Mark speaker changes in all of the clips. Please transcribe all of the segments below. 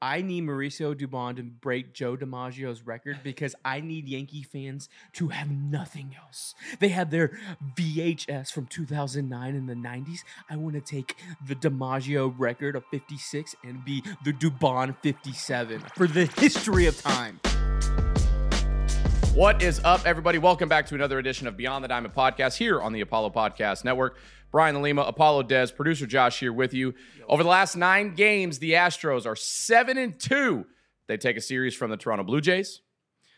Speaker 1: I need Mauricio Dubon to break Joe DiMaggio's record because I need Yankee fans to have nothing else. They had their VHS from 2009 in the 90s. I want to take the DiMaggio record of 56 and be the Dubon 57 for the history of time.
Speaker 2: What is up, everybody? Welcome back to another edition of Beyond the Diamond podcast here on the Apollo Podcast Network. Brian Lima, Apollo Des, producer Josh here with you. Over the last nine games, the Astros are seven and two. They take a series from the Toronto Blue Jays.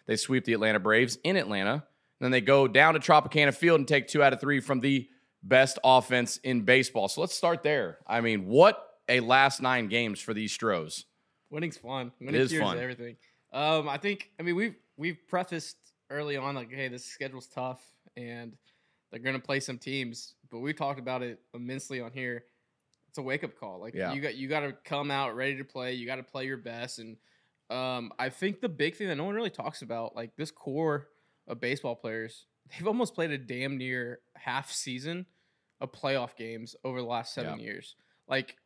Speaker 2: They sweep the Atlanta Braves in Atlanta. And then they go down to Tropicana Field and take two out of three from the best offense in baseball. So let's start there. I mean, what a last nine games for these Stros.
Speaker 1: Winning's fun. Winning
Speaker 2: is
Speaker 1: cures
Speaker 2: fun.
Speaker 1: Everything. Um, I think. I mean, we've we've prefaced early on like, hey, this schedule's tough, and they're gonna play some teams, but we talked about it immensely on here. It's a wake up call. Like
Speaker 2: Yeah.
Speaker 1: you got you got to come out ready to play. You got to play your best, and um, I think the big thing that no one really talks about, like this core of baseball players, they've almost played a damn near half season of playoff games over the last seven years. Like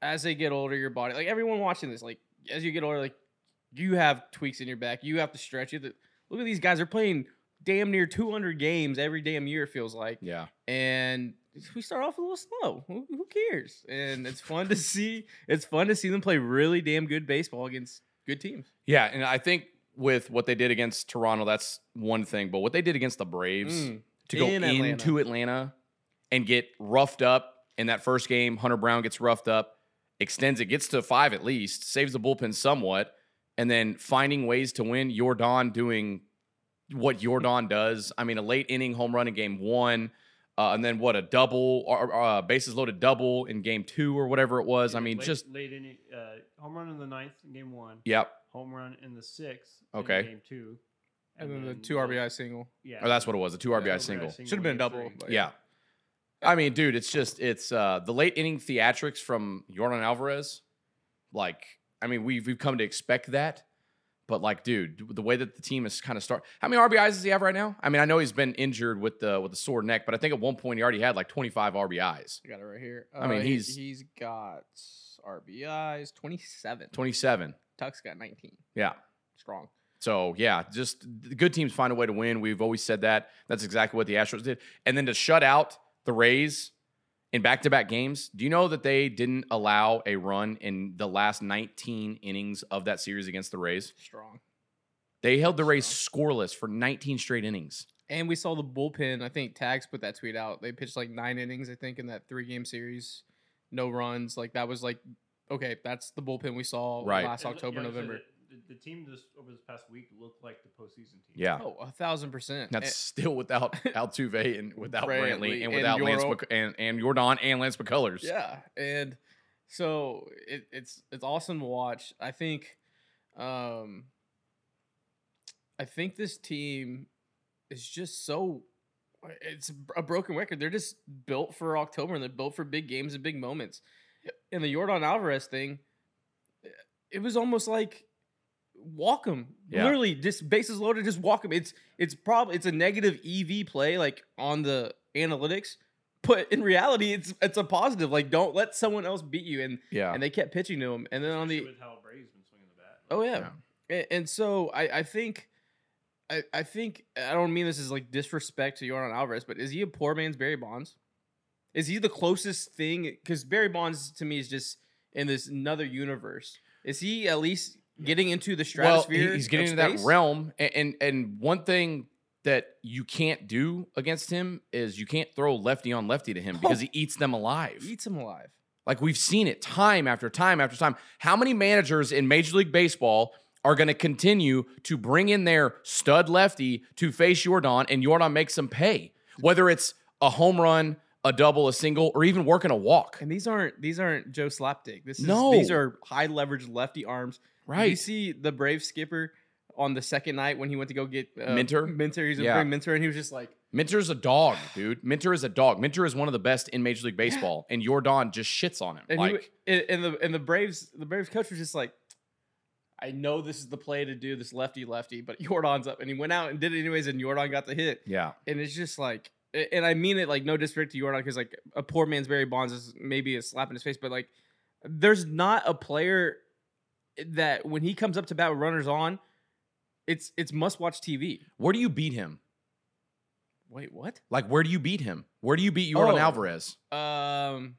Speaker 1: as they get older, your body, like everyone watching this, like as you get older, like you have tweaks in your back. You have to stretch. You have to, look at these guys; they're playing damn near 200 games every damn year. It feels like,
Speaker 2: Yeah.
Speaker 1: and we start off a little slow. Who, who cares? And it's fun to see. It's fun to see them play really damn good baseball against good teams.
Speaker 2: Yeah. And I think with what they did against Toronto, that's one thing. But what they did against the Braves.
Speaker 1: Mm.
Speaker 2: to go
Speaker 1: In Atlanta.
Speaker 2: into Atlanta and get roughed up in that first game. Hunter Brown gets roughed up, extends it, gets to five at least, saves the bullpen somewhat, and then finding ways to win. Jordan doing what Jordan does. I mean, a late inning home run in game one, uh, and then what a double, or, or, uh, bases loaded double in game two or whatever it was. I mean,
Speaker 3: late,
Speaker 2: just
Speaker 3: late in uh, home run in the ninth in game one,
Speaker 2: yep.
Speaker 3: home run in the sixth.
Speaker 2: Okay.
Speaker 3: in game two,
Speaker 1: And then the two RBI single
Speaker 3: Yeah,
Speaker 2: Or that's what it was, a two RBI
Speaker 1: Yeah,
Speaker 2: single.
Speaker 1: should have been a
Speaker 3: in
Speaker 1: double.
Speaker 3: three.
Speaker 1: but
Speaker 2: Yeah. I mean, dude, it's just it's uh the late inning theatrics from Jordan Alvarez. Like, I mean, we've we've come to expect that. But like, dude, the way that the team is kind of start how many RBIs does he have right now? I mean, I know he's been injured with the with the sore neck, but I think at one point he already had like 25 RBIs.
Speaker 1: I got it right here.
Speaker 2: I mean,
Speaker 1: he-
Speaker 2: he's-
Speaker 1: he's got RBIs 27.
Speaker 2: 27.
Speaker 1: Tuck's got 19.
Speaker 2: Yeah.
Speaker 1: Strong.
Speaker 2: So yeah, just the good teams find a way to win. We've always said that. That's exactly what the Astros did. And then to shut out the Rays in back-to-back games, do you know that they didn't allow a run in the last 19 innings of that series against the Rays?
Speaker 1: Strong.
Speaker 2: They held the Rays scoreless for 19 straight innings.
Speaker 1: And we saw the bullpen. I think Tags put that tweet out. They pitched like nine innings, I think, in that three game series. No runs. Like that was like, okay, that's the bullpen we saw
Speaker 2: Right.
Speaker 1: last
Speaker 3: It look-
Speaker 1: October,
Speaker 3: yeah, like I said,
Speaker 1: November.
Speaker 3: The, the team this over this past week looked like the postseason team.
Speaker 2: Yeah.
Speaker 1: Oh, a thousand percent.
Speaker 2: That's still without Altuve and without
Speaker 1: Brantley
Speaker 2: Brantley
Speaker 1: and
Speaker 2: and without Lance
Speaker 1: Yoro.
Speaker 2: Mc- and, and Jordan and Lance McCullers.
Speaker 1: Yeah, and so it, it's it's awesome to watch. I think, um, I think this team is just so Uh, it's a broken record. They're just built for October and they're built for big games and big moments. And the Jordan Alvarez thing, eh, it was almost like walk him.
Speaker 2: Yeah.
Speaker 1: Literally, just bases loaded, just walk him. It's it's probably it's a negative EV play like on the analytics, but in reality, it's it's a positive. Like don't let someone else beat you. And
Speaker 2: Yeah.
Speaker 1: and they kept pitching to him. And then on the
Speaker 3: Especially with how Braves been swinging the bat.
Speaker 1: Oh yeah. A- And, so I, I think I, I think I don't mean this as like disrespect to Jordan Alvarez, but is he a poor man's Barry Bonds? Is he the closest thing? Because Barry Bonds to me is just in this another universe. Is he at least getting into the
Speaker 2: well,
Speaker 1: stratosphere?
Speaker 2: he- he's getting
Speaker 1: of
Speaker 2: into that
Speaker 1: space?
Speaker 2: realm, and, and and one thing that you can't do against him is you can't throw lefty on lefty to him because he eats them alive.
Speaker 1: Eats him alive.
Speaker 2: Like we've seen it time after time after time. How many managers in Major League Baseball are going to continue to bring in their stud lefty to face Jordan and Jordan makes them pay, whether it's a home run, a double, a single, or even working a walk?
Speaker 1: And these aren't these aren't Joe Slapdick. This is
Speaker 2: No.
Speaker 1: these are high leverage lefty arms. Did You
Speaker 2: Right.
Speaker 1: see the Brave skipper on the second night when he went to go get uh,
Speaker 2: Minter?
Speaker 1: Minter. He's a
Speaker 2: Yeah.
Speaker 1: bring Minter, and he was just like.
Speaker 2: Minter's a dog, dude. Minter is a dog. Minter is one of the best in Major League Baseball, and Jordan just shits on him.
Speaker 1: And
Speaker 2: like,
Speaker 1: he, w- and- and the and the Braves the Braves coach was just like, I know this is the play to do this lefty lefty, but Jordan's up, and he went out and did it anyways, and Jordan got the hit,
Speaker 2: yeah,
Speaker 1: and it's just like, a- and I mean it like no disrespect to Jordan because like a poor man's Barry Bonds is maybe a slap in his face, but like there's not a player that when he comes up to bat with runners on, it's it's must watch TV.
Speaker 2: Where do you beat him?
Speaker 1: Wait, what?
Speaker 2: Like, where do you beat him? Where do you beat Jordan
Speaker 1: Oh.
Speaker 2: Alvarez?
Speaker 1: Um,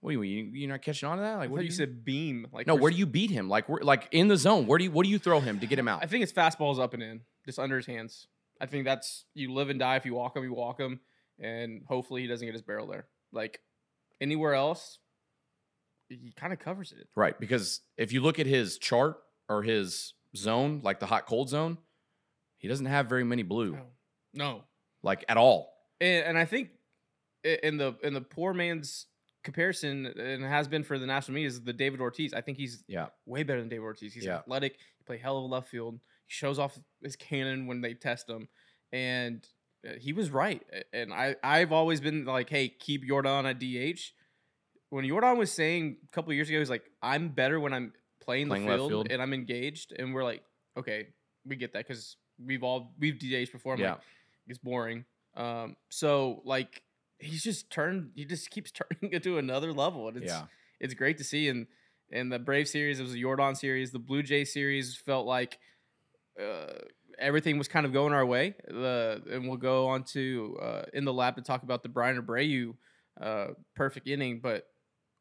Speaker 2: What do you mean? You're not catching on to that?
Speaker 1: I
Speaker 2: Like, what
Speaker 1: thought
Speaker 2: do
Speaker 1: you said beam. Like
Speaker 2: No,
Speaker 1: we're
Speaker 2: where
Speaker 1: s-
Speaker 2: do you beat him? Like, where, like in the zone. Where do you what do you throw him to get him out?
Speaker 1: I think it's fastballs up and in, just under his hands. I think that's you live and die. If you walk him, you walk him, and hopefully he doesn't get his barrel there. Like anywhere else, he kind of covers it.
Speaker 2: Right, because if you look at his chart or his zone, like the hot cold zone, he doesn't have very many blue,
Speaker 1: Oh. No,
Speaker 2: like at all.
Speaker 1: and, and I think i- in the in the poor man's comparison, and has been for the national media, is the David Ortiz. I think he's
Speaker 2: Yeah.
Speaker 1: way better than David Ortiz. He's
Speaker 2: Yeah.
Speaker 1: athletic. He play hell of a left field. He shows off his cannon when they test him, and uh, he was right. A- And I I've always been like, hey, keep Jordan at DH. When Jordan was saying a couple years ago, he's like, I'm better when I'm playing the
Speaker 2: Playing left
Speaker 1: field,
Speaker 2: field.
Speaker 1: and I'm engaged. And we're like, okay, we get that because we've all we've DH'd before. I'm
Speaker 2: yeah.
Speaker 1: like, it's boring. Um, so like he's just turned, he just keeps turning it to another level, and it's
Speaker 2: yeah.
Speaker 1: it's great to see. And and the Brave series, it was a Jordan series, the Blue Jay series felt like uh, everything was kind of going our way. The and we'll go on to uh, in the lab to talk about the Brian Abreu uh, perfect inning, but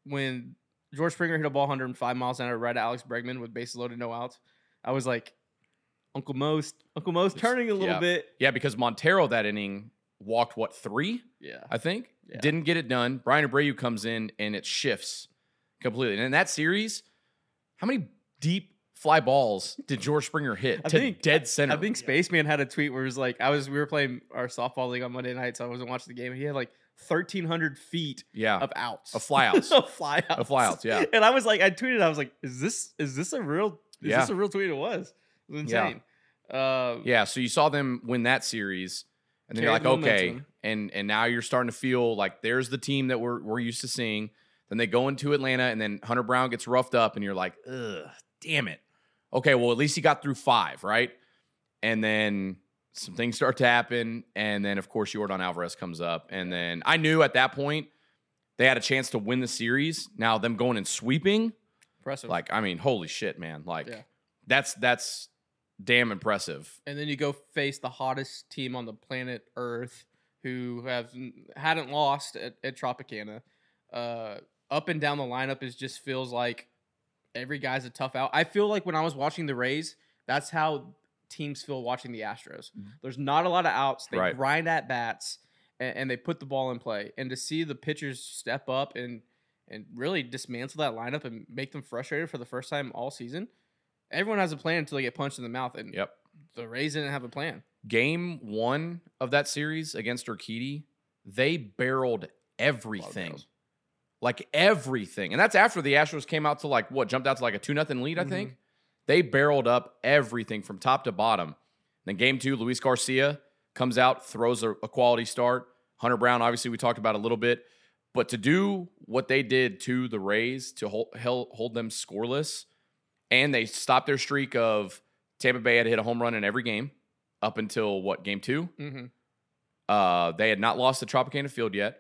Speaker 1: when George Springer hit a ball 105 miles an hour right at Alex Bregman with bases loaded, no outs, I was like. Uncle Most, Uncle Most
Speaker 2: It's-
Speaker 1: turning a little
Speaker 2: yeah.
Speaker 1: bit.
Speaker 2: Yeah, because Montero that inning walked what three,
Speaker 1: Yeah.
Speaker 2: I think.
Speaker 1: Yeah.
Speaker 2: Didn't get it done. Brian Abreu comes in and it shifts completely. And in that series, how many deep fly balls did George Springer hit
Speaker 1: I
Speaker 2: to
Speaker 1: think-
Speaker 2: dead center?
Speaker 1: I think Spaceman had a tweet where it was like, I was we were playing our softball league on Monday night, so I wasn't watching the game. And he had like thirteen hundred feet
Speaker 2: yeah.
Speaker 1: of outs,
Speaker 2: Of flyouts.
Speaker 1: of flyouts,
Speaker 2: Of flyouts, yeah.
Speaker 1: And I was like, I tweeted, I was like, is this is this a real? Is
Speaker 2: Yeah.
Speaker 1: this a real tweet? It was. It was
Speaker 2: Yeah.
Speaker 1: insane. Um,
Speaker 2: Yeah, so you saw them win that series, and then you're
Speaker 1: Carried
Speaker 2: like, okay,
Speaker 1: momentum.
Speaker 2: and and now you're starting to feel like there's the team that we're we're used to seeing. Then they go into Atlanta, and then Hunter Brown gets roughed up, and you're like, ugh, damn it. Okay, well at least he got through five, right? And then some things start to happen, and then of course Jordan Alvarez comes up, and then I knew at that point they had a chance to win the series. Now them going and sweeping,
Speaker 1: impressive.
Speaker 2: like I mean, holy shit, man, like
Speaker 1: Yeah.
Speaker 2: that's that's damn impressive.
Speaker 1: and then you go face the hottest team on the planet Earth, who have n- hadn't lost at, at Tropicana. Uh, up and down the lineup is just feels like every guy's a tough out. I feel like when I was watching the Rays, that's how teams feel watching the Astros. There's not a lot of outs. They
Speaker 2: Mm-hmm. Right.
Speaker 1: grind at bats and, and they put the ball in play. And to see the pitchers step up and and really dismantle that lineup and make them frustrated for the first time all season. Everyone has a plan until they get punched in the mouth, and
Speaker 2: Yep.
Speaker 1: the Rays didn't have a plan.
Speaker 2: game one of that series against Urquidy, they barreled everything.
Speaker 1: barrels.
Speaker 2: Like everything. And that's after the Astros came out to like what, jumped out to like a 2 nothing lead, I think. They barreled up everything from top to bottom. Then game two, Luis Garcia comes out, throws a, a quality start. Hunter Brown, obviously, we talked about a little bit. But to do what they did to the Rays to hold, hel- hold them scoreless, and they stopped their streak of Tampa Bay had hit a home run in every game up until what game two?
Speaker 1: Mm-hmm.
Speaker 2: Uh, they had not lost the Tropicana Field yet,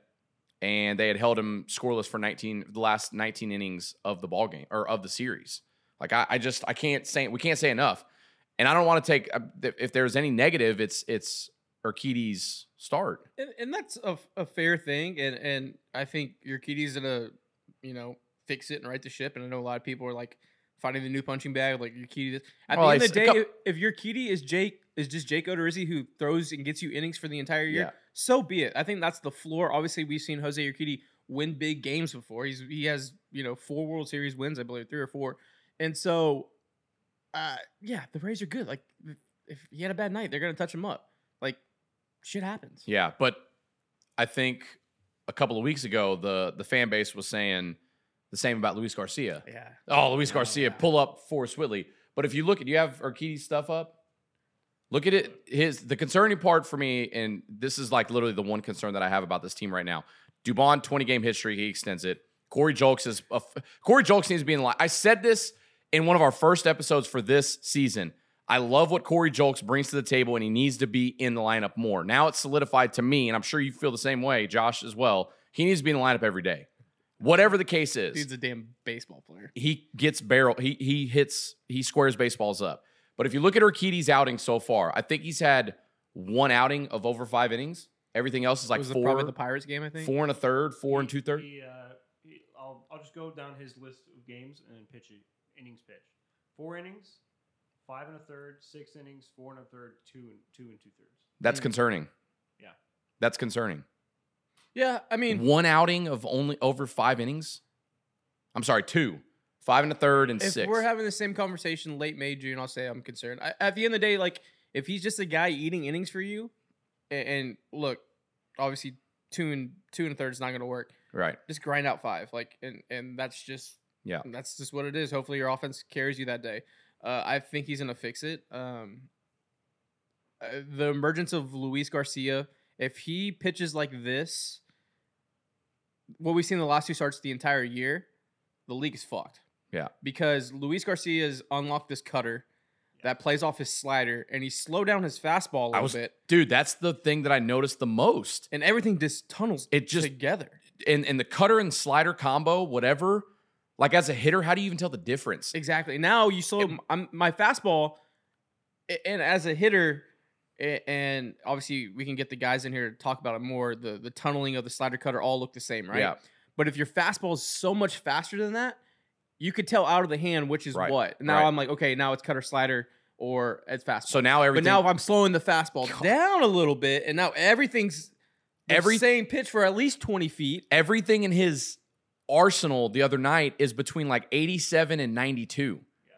Speaker 2: and they had held him scoreless for 19 the last 19 innings of the ball game or of the series. Like I, I just I can't say we can't say enough, and I don't want to take uh, th- if there's any negative, it's it's Urquidy's start.
Speaker 1: And, and that's a, a fair thing. And and I think your kitty's gonna, you know, fix it and right the ship. And I know a lot of people are like finding the new punching bag, like your kitty. This. At
Speaker 2: Well,
Speaker 1: the end
Speaker 2: Oh, I
Speaker 1: of the day,
Speaker 2: s- a
Speaker 1: if, if your kitty is Jake is just Jake Odorizzi who throws and gets you innings for the entire year,
Speaker 2: Yeah.
Speaker 1: so be it. I think that's the floor. Obviously, we've seen Jose Urquidy win big games before. He's he has you know four World Series wins, I believe, three or four. And so, uh, yeah, the Rays are good. Like if he had a bad night, they're gonna touch him up. Like shit happens.
Speaker 2: Yeah, but I think a couple of weeks ago the the fan base was saying the same about Luis Garcia.
Speaker 1: Yeah.
Speaker 2: Oh, Luis Garcia,
Speaker 1: yeah.
Speaker 2: pull up Forrest Whitley. But if you look at you have Urquidy's stuff up, look at it. His the concerning part for me, and this is like literally the one concern that I have about this team right now. Dubon, 20 game history, he extends it. Corey Jolks is a f- Corey Jolks needs to be in line. I said this in one of our first episodes for this season. I love what Corey Jolks brings to the table, and he needs to be in the lineup more. Now it's solidified to me, and I'm sure you feel the same way, Josh, as well. He needs to be in the lineup every day. Whatever the case
Speaker 1: Dude's
Speaker 2: is,
Speaker 1: a damn baseball player.
Speaker 2: he gets barrel. He he hits. He squares baseballs up. But if you look at Urquidy's outing so far, I think he's had one outing of over five innings. Everything else is like
Speaker 1: was the-
Speaker 2: four,
Speaker 1: probably the Pirates game, I think.
Speaker 2: four and a third, four and two thirds.
Speaker 3: He, uh, he, I'll, I'll just go down his list of games and then pitch it. Innings pitch. Four innings, five and a third, six innings, four and a third, two and two and two thirds.
Speaker 2: That's
Speaker 1: Mm.
Speaker 2: concerning.
Speaker 3: Yeah.
Speaker 2: That's concerning.
Speaker 1: Yeah, I mean,
Speaker 2: one outing of only over five innings. I'm sorry, two, five and a third, and
Speaker 1: if
Speaker 2: Mm-hmm. six.
Speaker 1: we're having the same conversation late May, June, I'll say I'm concerned. I, at the end of the day, like if he's just a guy eating innings for you, a- and, look, obviously two and two and a third is not going to work.
Speaker 2: right.
Speaker 1: Just grind out five, like, and and that's just
Speaker 2: Yeah.
Speaker 1: that's just what it is. Hopefully, your offense carries you that day. Uh, I think he's going to fix it. Um, uh, the emergence of Luis Garcia, if he pitches like this, what we've seen the last two starts the entire year, the league is fucked.
Speaker 2: Yeah.
Speaker 1: Because Luis Garcia's unlocked this cutter that plays off his slider and he slowed down his fastball a
Speaker 2: I
Speaker 1: little
Speaker 2: was-
Speaker 1: bit
Speaker 2: Dude, that's the thing that I noticed the most.
Speaker 1: and everything just tunnels
Speaker 2: It just
Speaker 1: together.
Speaker 2: and and the cutter and slider combo, whatever. Like as a hitter, how do you even tell the difference?
Speaker 1: Exactly. Now you slow
Speaker 2: It-
Speaker 1: I'm, my fastball, a- and as a hitter, a- and obviously we can get the guys in here to talk about it more. The the tunneling of the slider cutter all look the same, right?
Speaker 2: Yeah.
Speaker 1: But if your fastball is so much faster than that, you could tell out of the hand which is
Speaker 2: Right,
Speaker 1: what. Now
Speaker 2: right.
Speaker 1: I'm like, okay, now it's cutter slider or it's fastball.
Speaker 2: So now
Speaker 1: but
Speaker 2: everything.
Speaker 1: now if I'm slowing the fastball
Speaker 2: God.
Speaker 1: down a little bit, and now everything's the
Speaker 2: Every-
Speaker 1: same pitch for at least 20 feet.
Speaker 2: everything in his arsenal the other night is between like 87 and 92.
Speaker 3: Yeah.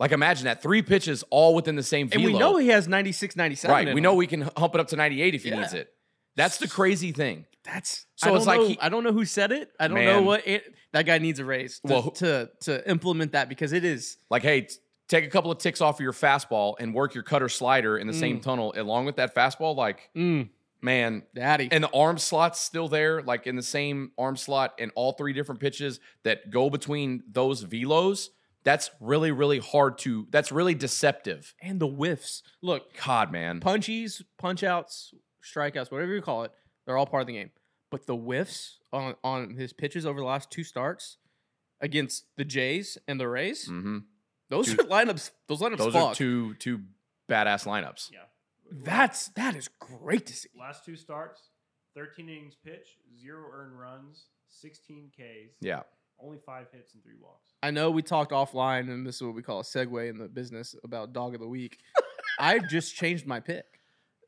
Speaker 2: Like imagine that three pitches all within the same.
Speaker 1: And we
Speaker 2: velo.
Speaker 1: know he has 96, 97.
Speaker 2: right.
Speaker 1: in
Speaker 2: We
Speaker 1: him.
Speaker 2: know we can hump it up to 98 if he
Speaker 1: Yeah.
Speaker 2: needs it. That's the crazy thing.
Speaker 1: That's
Speaker 2: So
Speaker 1: I don't
Speaker 2: it's like
Speaker 1: know-
Speaker 2: he-
Speaker 1: I don't know who said it. I don't know
Speaker 2: Man.
Speaker 1: what it, that guy needs a raise to,
Speaker 2: Well, who-
Speaker 1: to to implement that because it is
Speaker 2: Like, hey, t- take a couple of ticks off of your fastball and work your cutter slider in the same tunnel along with that fastball. Like,
Speaker 1: mm,
Speaker 2: man,
Speaker 1: daddy.
Speaker 2: and the arm slot's still there, like in the same arm slot and all three different pitches that go between those velos. That's really, really hard to. That's really deceptive.
Speaker 1: And the whiffs. Look,
Speaker 2: God, man.
Speaker 1: punchies, punch outs, strikeouts, whatever you call it, they're all part of the game. But the whiffs on on his pitches over the last two starts against the Jays and the Rays,
Speaker 2: hmm
Speaker 1: those
Speaker 2: Dude.
Speaker 1: are lineups. Those lineups.
Speaker 2: Those
Speaker 1: fuck.
Speaker 2: are two two badass lineups.
Speaker 3: Yeah.
Speaker 1: That's that is great to see.
Speaker 3: Last two starts, 13 innings pitch, zero earned runs, 16 Ks,
Speaker 2: Yeah,
Speaker 3: only five hits and three walks.
Speaker 1: I know we talked offline, and this is what we call a segue in the business about dog of the week. I've just changed my pick.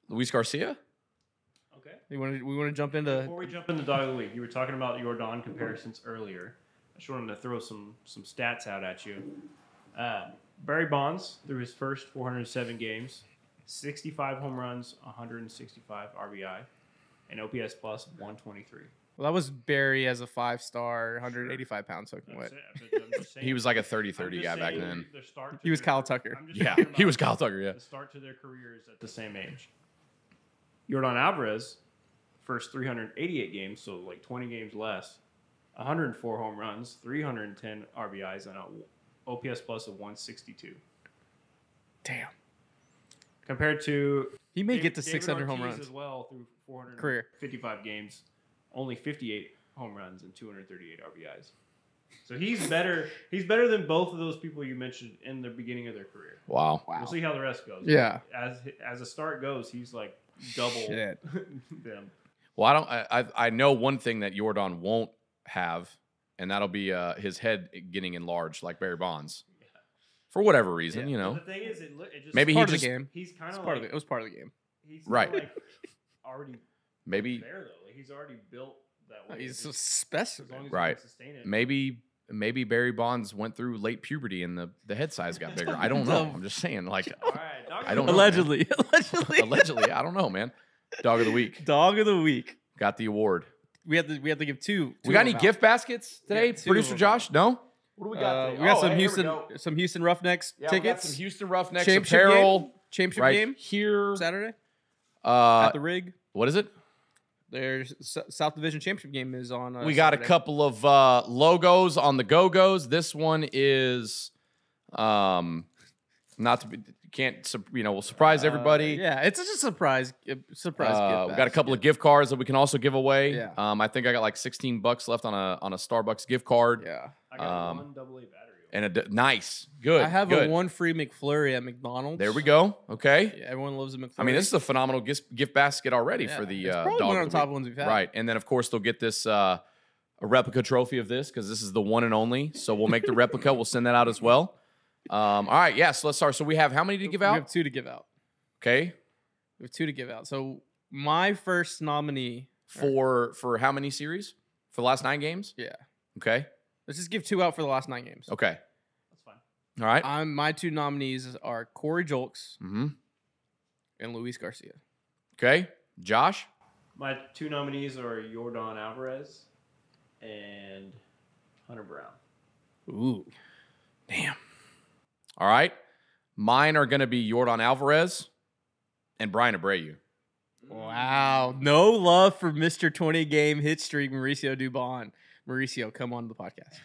Speaker 2: Luis Garcia.
Speaker 3: Okay.
Speaker 1: You want to, we want to jump into
Speaker 3: Before we jump into dog of the week, you were talking about your Don comparisons earlier. I just wanted to throw some some stats out at you. Uh, Barry Bonds through his first 407 games, 65 home runs, 165 RBI, and OPS plus 123.
Speaker 1: well, that was Barry as a five star, 185 pounds soaking wet.
Speaker 3: That's it. I'm just saying-
Speaker 2: He was like a
Speaker 3: I'm
Speaker 2: 30-30
Speaker 3: just
Speaker 2: guy back
Speaker 3: saying
Speaker 2: then.
Speaker 3: their start to
Speaker 1: He was
Speaker 3: their-
Speaker 1: Kyle Tucker.
Speaker 3: I'm just
Speaker 2: Yeah,
Speaker 3: talking
Speaker 2: he
Speaker 3: about
Speaker 2: was Kyle Tucker. Yeah,
Speaker 3: The start to their careers at the same age. Jordan Alvarez, first 388 games, so like 20 games less, 104 home runs, 310 RBIs, and an OPS plus of 162.
Speaker 1: Damn,
Speaker 3: Compared to
Speaker 1: he may
Speaker 3: David-
Speaker 1: get to
Speaker 3: David
Speaker 1: 600 home
Speaker 3: Ortiz
Speaker 1: runs.
Speaker 3: as well through 455
Speaker 1: Career.
Speaker 3: games, only 58 home runs and 238 RBIs. So he's better. He's better than both of those people you mentioned in the beginning of their career.
Speaker 2: wow.
Speaker 1: Wow.
Speaker 3: We'll see how the rest goes.
Speaker 1: Yeah.
Speaker 3: As as the start goes, he's like double
Speaker 1: Shit.
Speaker 3: them.
Speaker 2: Well, I don't. I I, I know one thing that Jordan won't have, and that'll be uh, his head getting enlarged like Barry Bonds, for whatever reason. You know,
Speaker 3: But the thing is, it, look- it just
Speaker 2: Maybe he
Speaker 1: part of
Speaker 2: just-
Speaker 1: the game.
Speaker 3: he's kind
Speaker 1: It's
Speaker 3: of
Speaker 1: part
Speaker 3: like
Speaker 1: of it. It was part of the game.
Speaker 3: he's kinda
Speaker 2: Right.
Speaker 3: like already
Speaker 2: maybe
Speaker 3: there though. Like, he's already built that
Speaker 1: Oh,
Speaker 3: way.
Speaker 1: He's a
Speaker 3: Just as long as
Speaker 1: specimen.
Speaker 3: he can
Speaker 2: Right.
Speaker 3: sustain it.
Speaker 2: maybe maybe Barry Bonds went through late puberty and the the head size got bigger. I don't know. I'm just saying. Like
Speaker 3: All right, dog
Speaker 2: I don't know, Uh, man.
Speaker 1: Allegedly, allegedly,
Speaker 2: allegedly, I don't know, man. Dog of the week
Speaker 1: dog of the week.
Speaker 2: got the award.
Speaker 1: We have to we have to give two. two
Speaker 2: we got
Speaker 1: of
Speaker 2: any
Speaker 1: them out.
Speaker 2: gift baskets today,
Speaker 1: Yeah, two of
Speaker 2: producer
Speaker 1: them.
Speaker 2: Josh? No. What do
Speaker 1: Uh, we
Speaker 3: Oh,
Speaker 1: got some Houston some Houston Roughnecks tickets.
Speaker 2: some Houston Roughnecks
Speaker 1: Championship game?
Speaker 2: apparel
Speaker 1: Championship
Speaker 2: right
Speaker 1: game
Speaker 2: here.
Speaker 1: Saturday
Speaker 2: Uh,
Speaker 1: at the rig.
Speaker 2: what is it?
Speaker 1: Their S- South Division Championship game is on. Uh,
Speaker 2: we got a
Speaker 1: Saturday.
Speaker 2: couple of uh, logos on the Go Go's. This one is um, Not to be, can't sup- you know we'll surprise everybody.
Speaker 1: Uh, Yeah, it's just a surprise. a Surprise.
Speaker 2: Uh,
Speaker 1: gift
Speaker 2: we got a
Speaker 1: basket.
Speaker 2: couple of gift cards that we can also give away.
Speaker 1: Yeah.
Speaker 2: Um, I think I got like 16 bucks left on a on a Starbucks gift card.
Speaker 1: Yeah.
Speaker 3: I got
Speaker 2: Um,
Speaker 3: one double A battery.
Speaker 2: And a d- nice, good.
Speaker 1: I have
Speaker 2: good.
Speaker 1: a one free McFlurry at McDonald's.
Speaker 2: There we go. Okay.
Speaker 1: Yeah, everyone loves a McFlurry.
Speaker 2: I mean, this is a phenomenal gift, gift basket already
Speaker 1: Yeah,
Speaker 2: for the
Speaker 1: it's
Speaker 2: uh,
Speaker 1: probably
Speaker 2: dog
Speaker 1: one
Speaker 2: of
Speaker 1: of
Speaker 2: the
Speaker 1: the top
Speaker 2: week.
Speaker 1: ones we've had.
Speaker 2: Right, and then of course they'll get this uh, a replica trophy of this because this is the one and only. So we'll make the replica. We'll send that out as well. Um, all right, yeah. So let's start. So we have how many to give
Speaker 1: We
Speaker 2: out?
Speaker 1: have two to give out.
Speaker 2: Okay,
Speaker 1: We have two to give out. So my first nominee.
Speaker 2: for for how many series? For the last nine games?
Speaker 1: Yeah.
Speaker 2: Okay.
Speaker 1: Let's just give two out for the last nine games.
Speaker 2: Okay.
Speaker 3: That's fine.
Speaker 2: All right.
Speaker 1: I'm, my two nominees are Corey Jolks
Speaker 2: Mm-hmm.
Speaker 1: and Luis Garcia.
Speaker 2: Okay. Josh.
Speaker 3: My two nominees are Jordan Alvarez and Hunter Brown.
Speaker 1: Ooh.
Speaker 2: Damn. All right. Mine are going to be Jordan Alvarez and Brian Abreu.
Speaker 1: Wow. No love for Mr. 20 game hit streak, Mauricio Dubon. Mauricio, come on the podcast.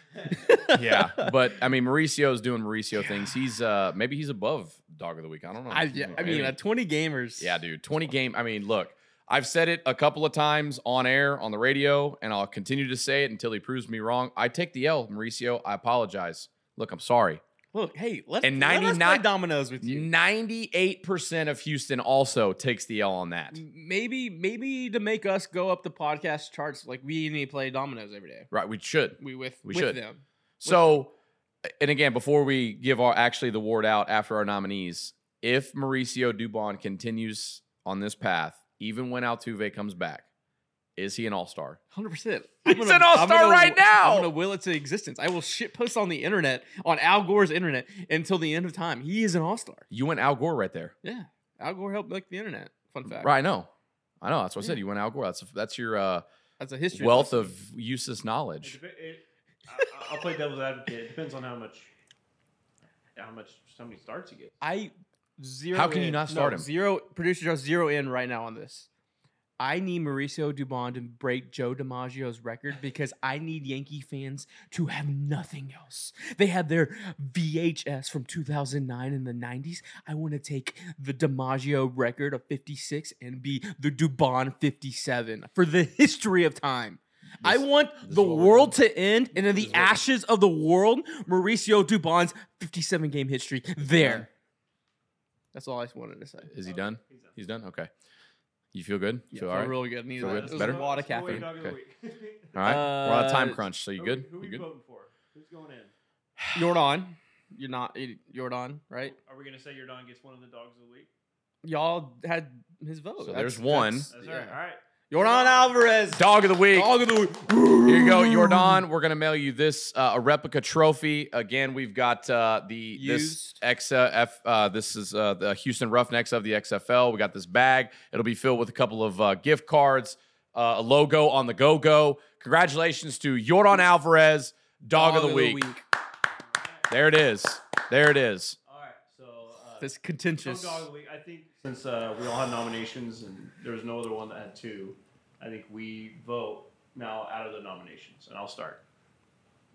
Speaker 2: Yeah, but I mean, Mauricio's doing Mauricio things. He's uh maybe he's above dog of the week. I don't know.
Speaker 1: I, yeah, I mean,
Speaker 2: Maybe.
Speaker 1: a 20 gamers.
Speaker 2: Yeah, dude. 20 game. I mean, look, I've said it a couple of times on air, on the radio, and I'll continue to say it until he proves me wrong. I take the L, Mauricio. I apologize. Look, I'm sorry.
Speaker 1: Look, hey, let's,
Speaker 2: And
Speaker 1: let us play
Speaker 2: 99
Speaker 1: dominoes with you.
Speaker 2: 98% of Houston also takes the L on
Speaker 1: Mm.
Speaker 2: that.
Speaker 1: Maybe, maybe to make us go up the podcast charts, like we need to play dominoes every day.
Speaker 2: Right, we should.
Speaker 1: We with
Speaker 2: We
Speaker 1: with
Speaker 2: should.
Speaker 1: them.
Speaker 2: So, and again, before we give our actually the ward out after our nominees, if Mauricio Dubon continues on this path, even when Altuve comes back, is he an all star?
Speaker 1: Hundred percent.
Speaker 2: He's an all-star right now.
Speaker 1: I'm gonna will it to existence. I will shit post on the internet, on Al Gore's internet, until the end of time. He is an all star.
Speaker 2: You went Al Gore right there.
Speaker 1: Yeah, Al Gore helped make the internet. Fun fact.
Speaker 2: Right, I know. I know. That's what I said.
Speaker 1: Yeah.
Speaker 2: You went Al Gore. That's that's your uh,
Speaker 1: That's a history
Speaker 2: wealth
Speaker 1: lesson.
Speaker 2: of useless
Speaker 3: It,
Speaker 2: knowledge.
Speaker 3: dep- it- I- I'll play devil's advocate. It depends on how much, how much somebody starts you get.
Speaker 1: I zero.
Speaker 2: How can you
Speaker 1: in-
Speaker 2: not start
Speaker 1: no,
Speaker 2: him?
Speaker 1: Zero producer Joe zero in right now on this. I need Mauricio Dubon to break Joe DiMaggio's record because I need Yankee fans to have nothing else. They had their VHS from 2009 in the 90s. I want to take the DiMaggio record of 56 and be the Dubon 57 for the history of time. I
Speaker 2: This-
Speaker 1: want
Speaker 2: this is
Speaker 1: the
Speaker 2: what we're
Speaker 1: world to end, and in
Speaker 2: This
Speaker 1: the
Speaker 2: is what we're-
Speaker 1: ashes of the world, Mauricio Dubon's 57 game history. There. That's all I wanted to say.
Speaker 2: Is he done?
Speaker 3: He's done.
Speaker 2: He's done. Okay. You feel good? You
Speaker 1: Yeah,
Speaker 2: feel
Speaker 1: feel
Speaker 2: all right?
Speaker 1: really good. Needed
Speaker 2: Feel
Speaker 1: that.
Speaker 2: good?
Speaker 1: It was
Speaker 2: Better?
Speaker 1: a lot of
Speaker 3: That's my
Speaker 1: caffeine.
Speaker 3: dog of the
Speaker 2: Okay.
Speaker 3: week.
Speaker 2: all right. We're on a time
Speaker 1: Uh,
Speaker 2: crunch, so you
Speaker 3: Who-
Speaker 2: good?
Speaker 3: E. Who
Speaker 2: You
Speaker 3: are you
Speaker 2: good?
Speaker 3: voting for? Who's going in?
Speaker 1: Jordan, you're not eh, Jordan, right?
Speaker 3: Are we gonna say your dog gets one of the dogs of the week?
Speaker 1: Y'all had his vote.
Speaker 2: So there's one.
Speaker 3: That's all right. All right.
Speaker 1: Jordan Alvarez,
Speaker 2: Dog of the week.
Speaker 1: dog of the week.
Speaker 2: Here you go, Jordan. We're gonna mail you this uh, a replica trophy. Again, we've got uh, the
Speaker 1: Used.
Speaker 2: this XF. Uh, this is uh, the Houston Roughnecks of the XFL. We got this bag. It'll be filled with a couple of uh, gift cards, uh, a logo on the go go. Congratulations to Jordan Alvarez, dog, of, the, week. There it is. There it is.
Speaker 3: All right. So uh,
Speaker 1: That's
Speaker 3: some
Speaker 1: contentious.
Speaker 3: dog of the week. I think since uh, we all had nominations and there was no other one that had two, I think we vote now out of the nominations, and I'll start.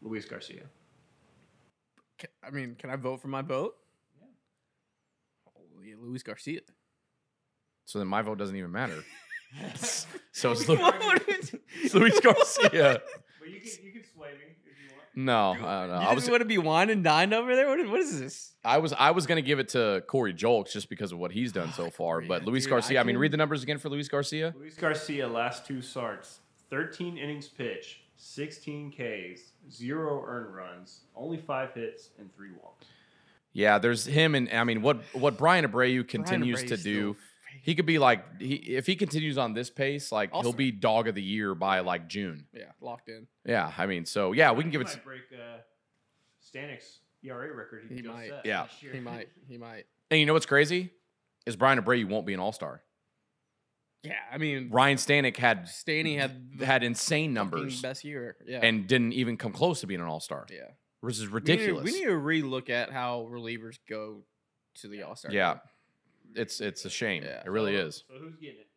Speaker 3: Luis Garcia.
Speaker 1: Ca- I mean, can I vote for my vote? Holy Luis Garcia.
Speaker 2: So then my vote doesn't even matter. so it's, Lu-
Speaker 1: What is-
Speaker 2: it's Luis Garcia.
Speaker 3: But you can you can sway me if you want.
Speaker 2: No, I don't know.
Speaker 1: You
Speaker 2: I was
Speaker 1: want to be wine and dine over there. What is, what is this?
Speaker 2: I was I was gonna give it to Corey Jolks just because of what he's done so far. But
Speaker 1: man,
Speaker 2: Luis
Speaker 1: dude,
Speaker 2: Garcia, Ah, I,
Speaker 1: I
Speaker 2: mean, read the
Speaker 1: couldn't-
Speaker 2: numbers again for Luis Garcia.
Speaker 3: Luis Garcia, last two starts, 13 innings pitched, 16 Ks, zero earned runs, only five hits, and three walks.
Speaker 2: Yeah, there's him, and I mean, what what Brian Abreu continues
Speaker 1: Brian
Speaker 2: to
Speaker 1: Abreu's
Speaker 2: do,
Speaker 1: still-
Speaker 2: he could be like, he, if he continues on this pace, like he'll
Speaker 1: All-star.
Speaker 2: be dog of the year by like June.
Speaker 1: yeah, locked in.
Speaker 2: Yeah, I mean, so yeah, we can
Speaker 3: He
Speaker 2: give it.
Speaker 3: might break uh, Stanek's ERA record.
Speaker 1: He
Speaker 3: just
Speaker 1: might.
Speaker 3: set
Speaker 2: Yeah.
Speaker 3: last year.
Speaker 1: He might. He might.
Speaker 2: And you know what's crazy is Brian Abreu won't be an All Star.
Speaker 1: Yeah, I mean,
Speaker 2: Ryan Stanek had
Speaker 1: Staney had the
Speaker 2: had insane
Speaker 1: fucking
Speaker 2: numbers
Speaker 1: best year. Yeah,
Speaker 2: and didn't even come close to being an All Star,
Speaker 1: yeah,
Speaker 2: which is
Speaker 1: We need to-
Speaker 2: ridiculous.
Speaker 1: We need, to relook at how relievers go to the All Star.
Speaker 2: yeah, it's it's a shame.
Speaker 1: Yeah. Uh,
Speaker 2: It really
Speaker 3: So-
Speaker 2: is.
Speaker 3: So who's getting it?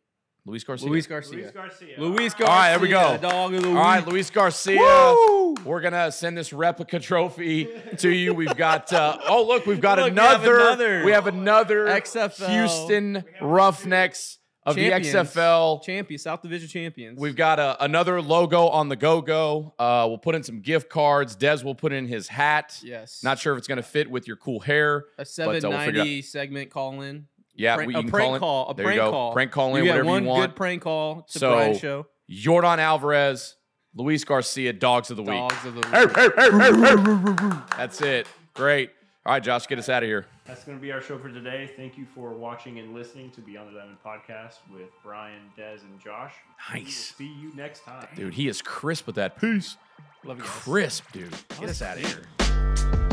Speaker 2: Luis Garcia.
Speaker 1: Luis Garcia.
Speaker 3: Luis
Speaker 1: Luis Garcia.
Speaker 3: Garcia.
Speaker 2: All right, there we go.
Speaker 1: Dog of the
Speaker 2: All right,
Speaker 1: week.
Speaker 2: Luis Garcia.
Speaker 1: Woo!
Speaker 2: We're gonna send this replica trophy to you. We've got uh, oh look, we've got
Speaker 1: Look, we have
Speaker 2: another,
Speaker 1: another.
Speaker 2: We have another
Speaker 1: XFL.
Speaker 2: Houston Roughnecks of
Speaker 1: Champions.
Speaker 2: the XFL.
Speaker 1: Champions, South Division champions.
Speaker 2: We've got a, another logo on the go go. Uh, we'll put in some gift cards. Dez will put in his hat.
Speaker 1: yes.
Speaker 2: Not sure if it's gonna fit with your cool hair.
Speaker 1: a
Speaker 2: we'll figure it out.
Speaker 1: 790 segment call in.
Speaker 2: Yeah,
Speaker 1: Prank-
Speaker 2: we,
Speaker 1: a
Speaker 2: you can
Speaker 1: prank
Speaker 2: call in.
Speaker 1: call. A
Speaker 2: there
Speaker 1: prank
Speaker 2: you go.
Speaker 1: call.
Speaker 2: Prank call in
Speaker 1: you got
Speaker 2: whatever
Speaker 1: one
Speaker 2: you want.
Speaker 1: good prank call to
Speaker 2: So,
Speaker 1: Brian Show.
Speaker 2: Jordan Alvarez, Luis Garcia, dogs of the week.
Speaker 1: Dogs of the week.
Speaker 2: That's it. Great. All right, Josh, get us out of here.
Speaker 3: That's going to be our show for today. Thank you for watching and listening to Beyond the Diamond podcast with Brian, Dez, and Josh. We will
Speaker 2: Nice.
Speaker 3: see you next time.
Speaker 2: Dude, he is crisp with that. Peace.
Speaker 1: Love you guys.
Speaker 2: Crisp, dude. Get us out of here.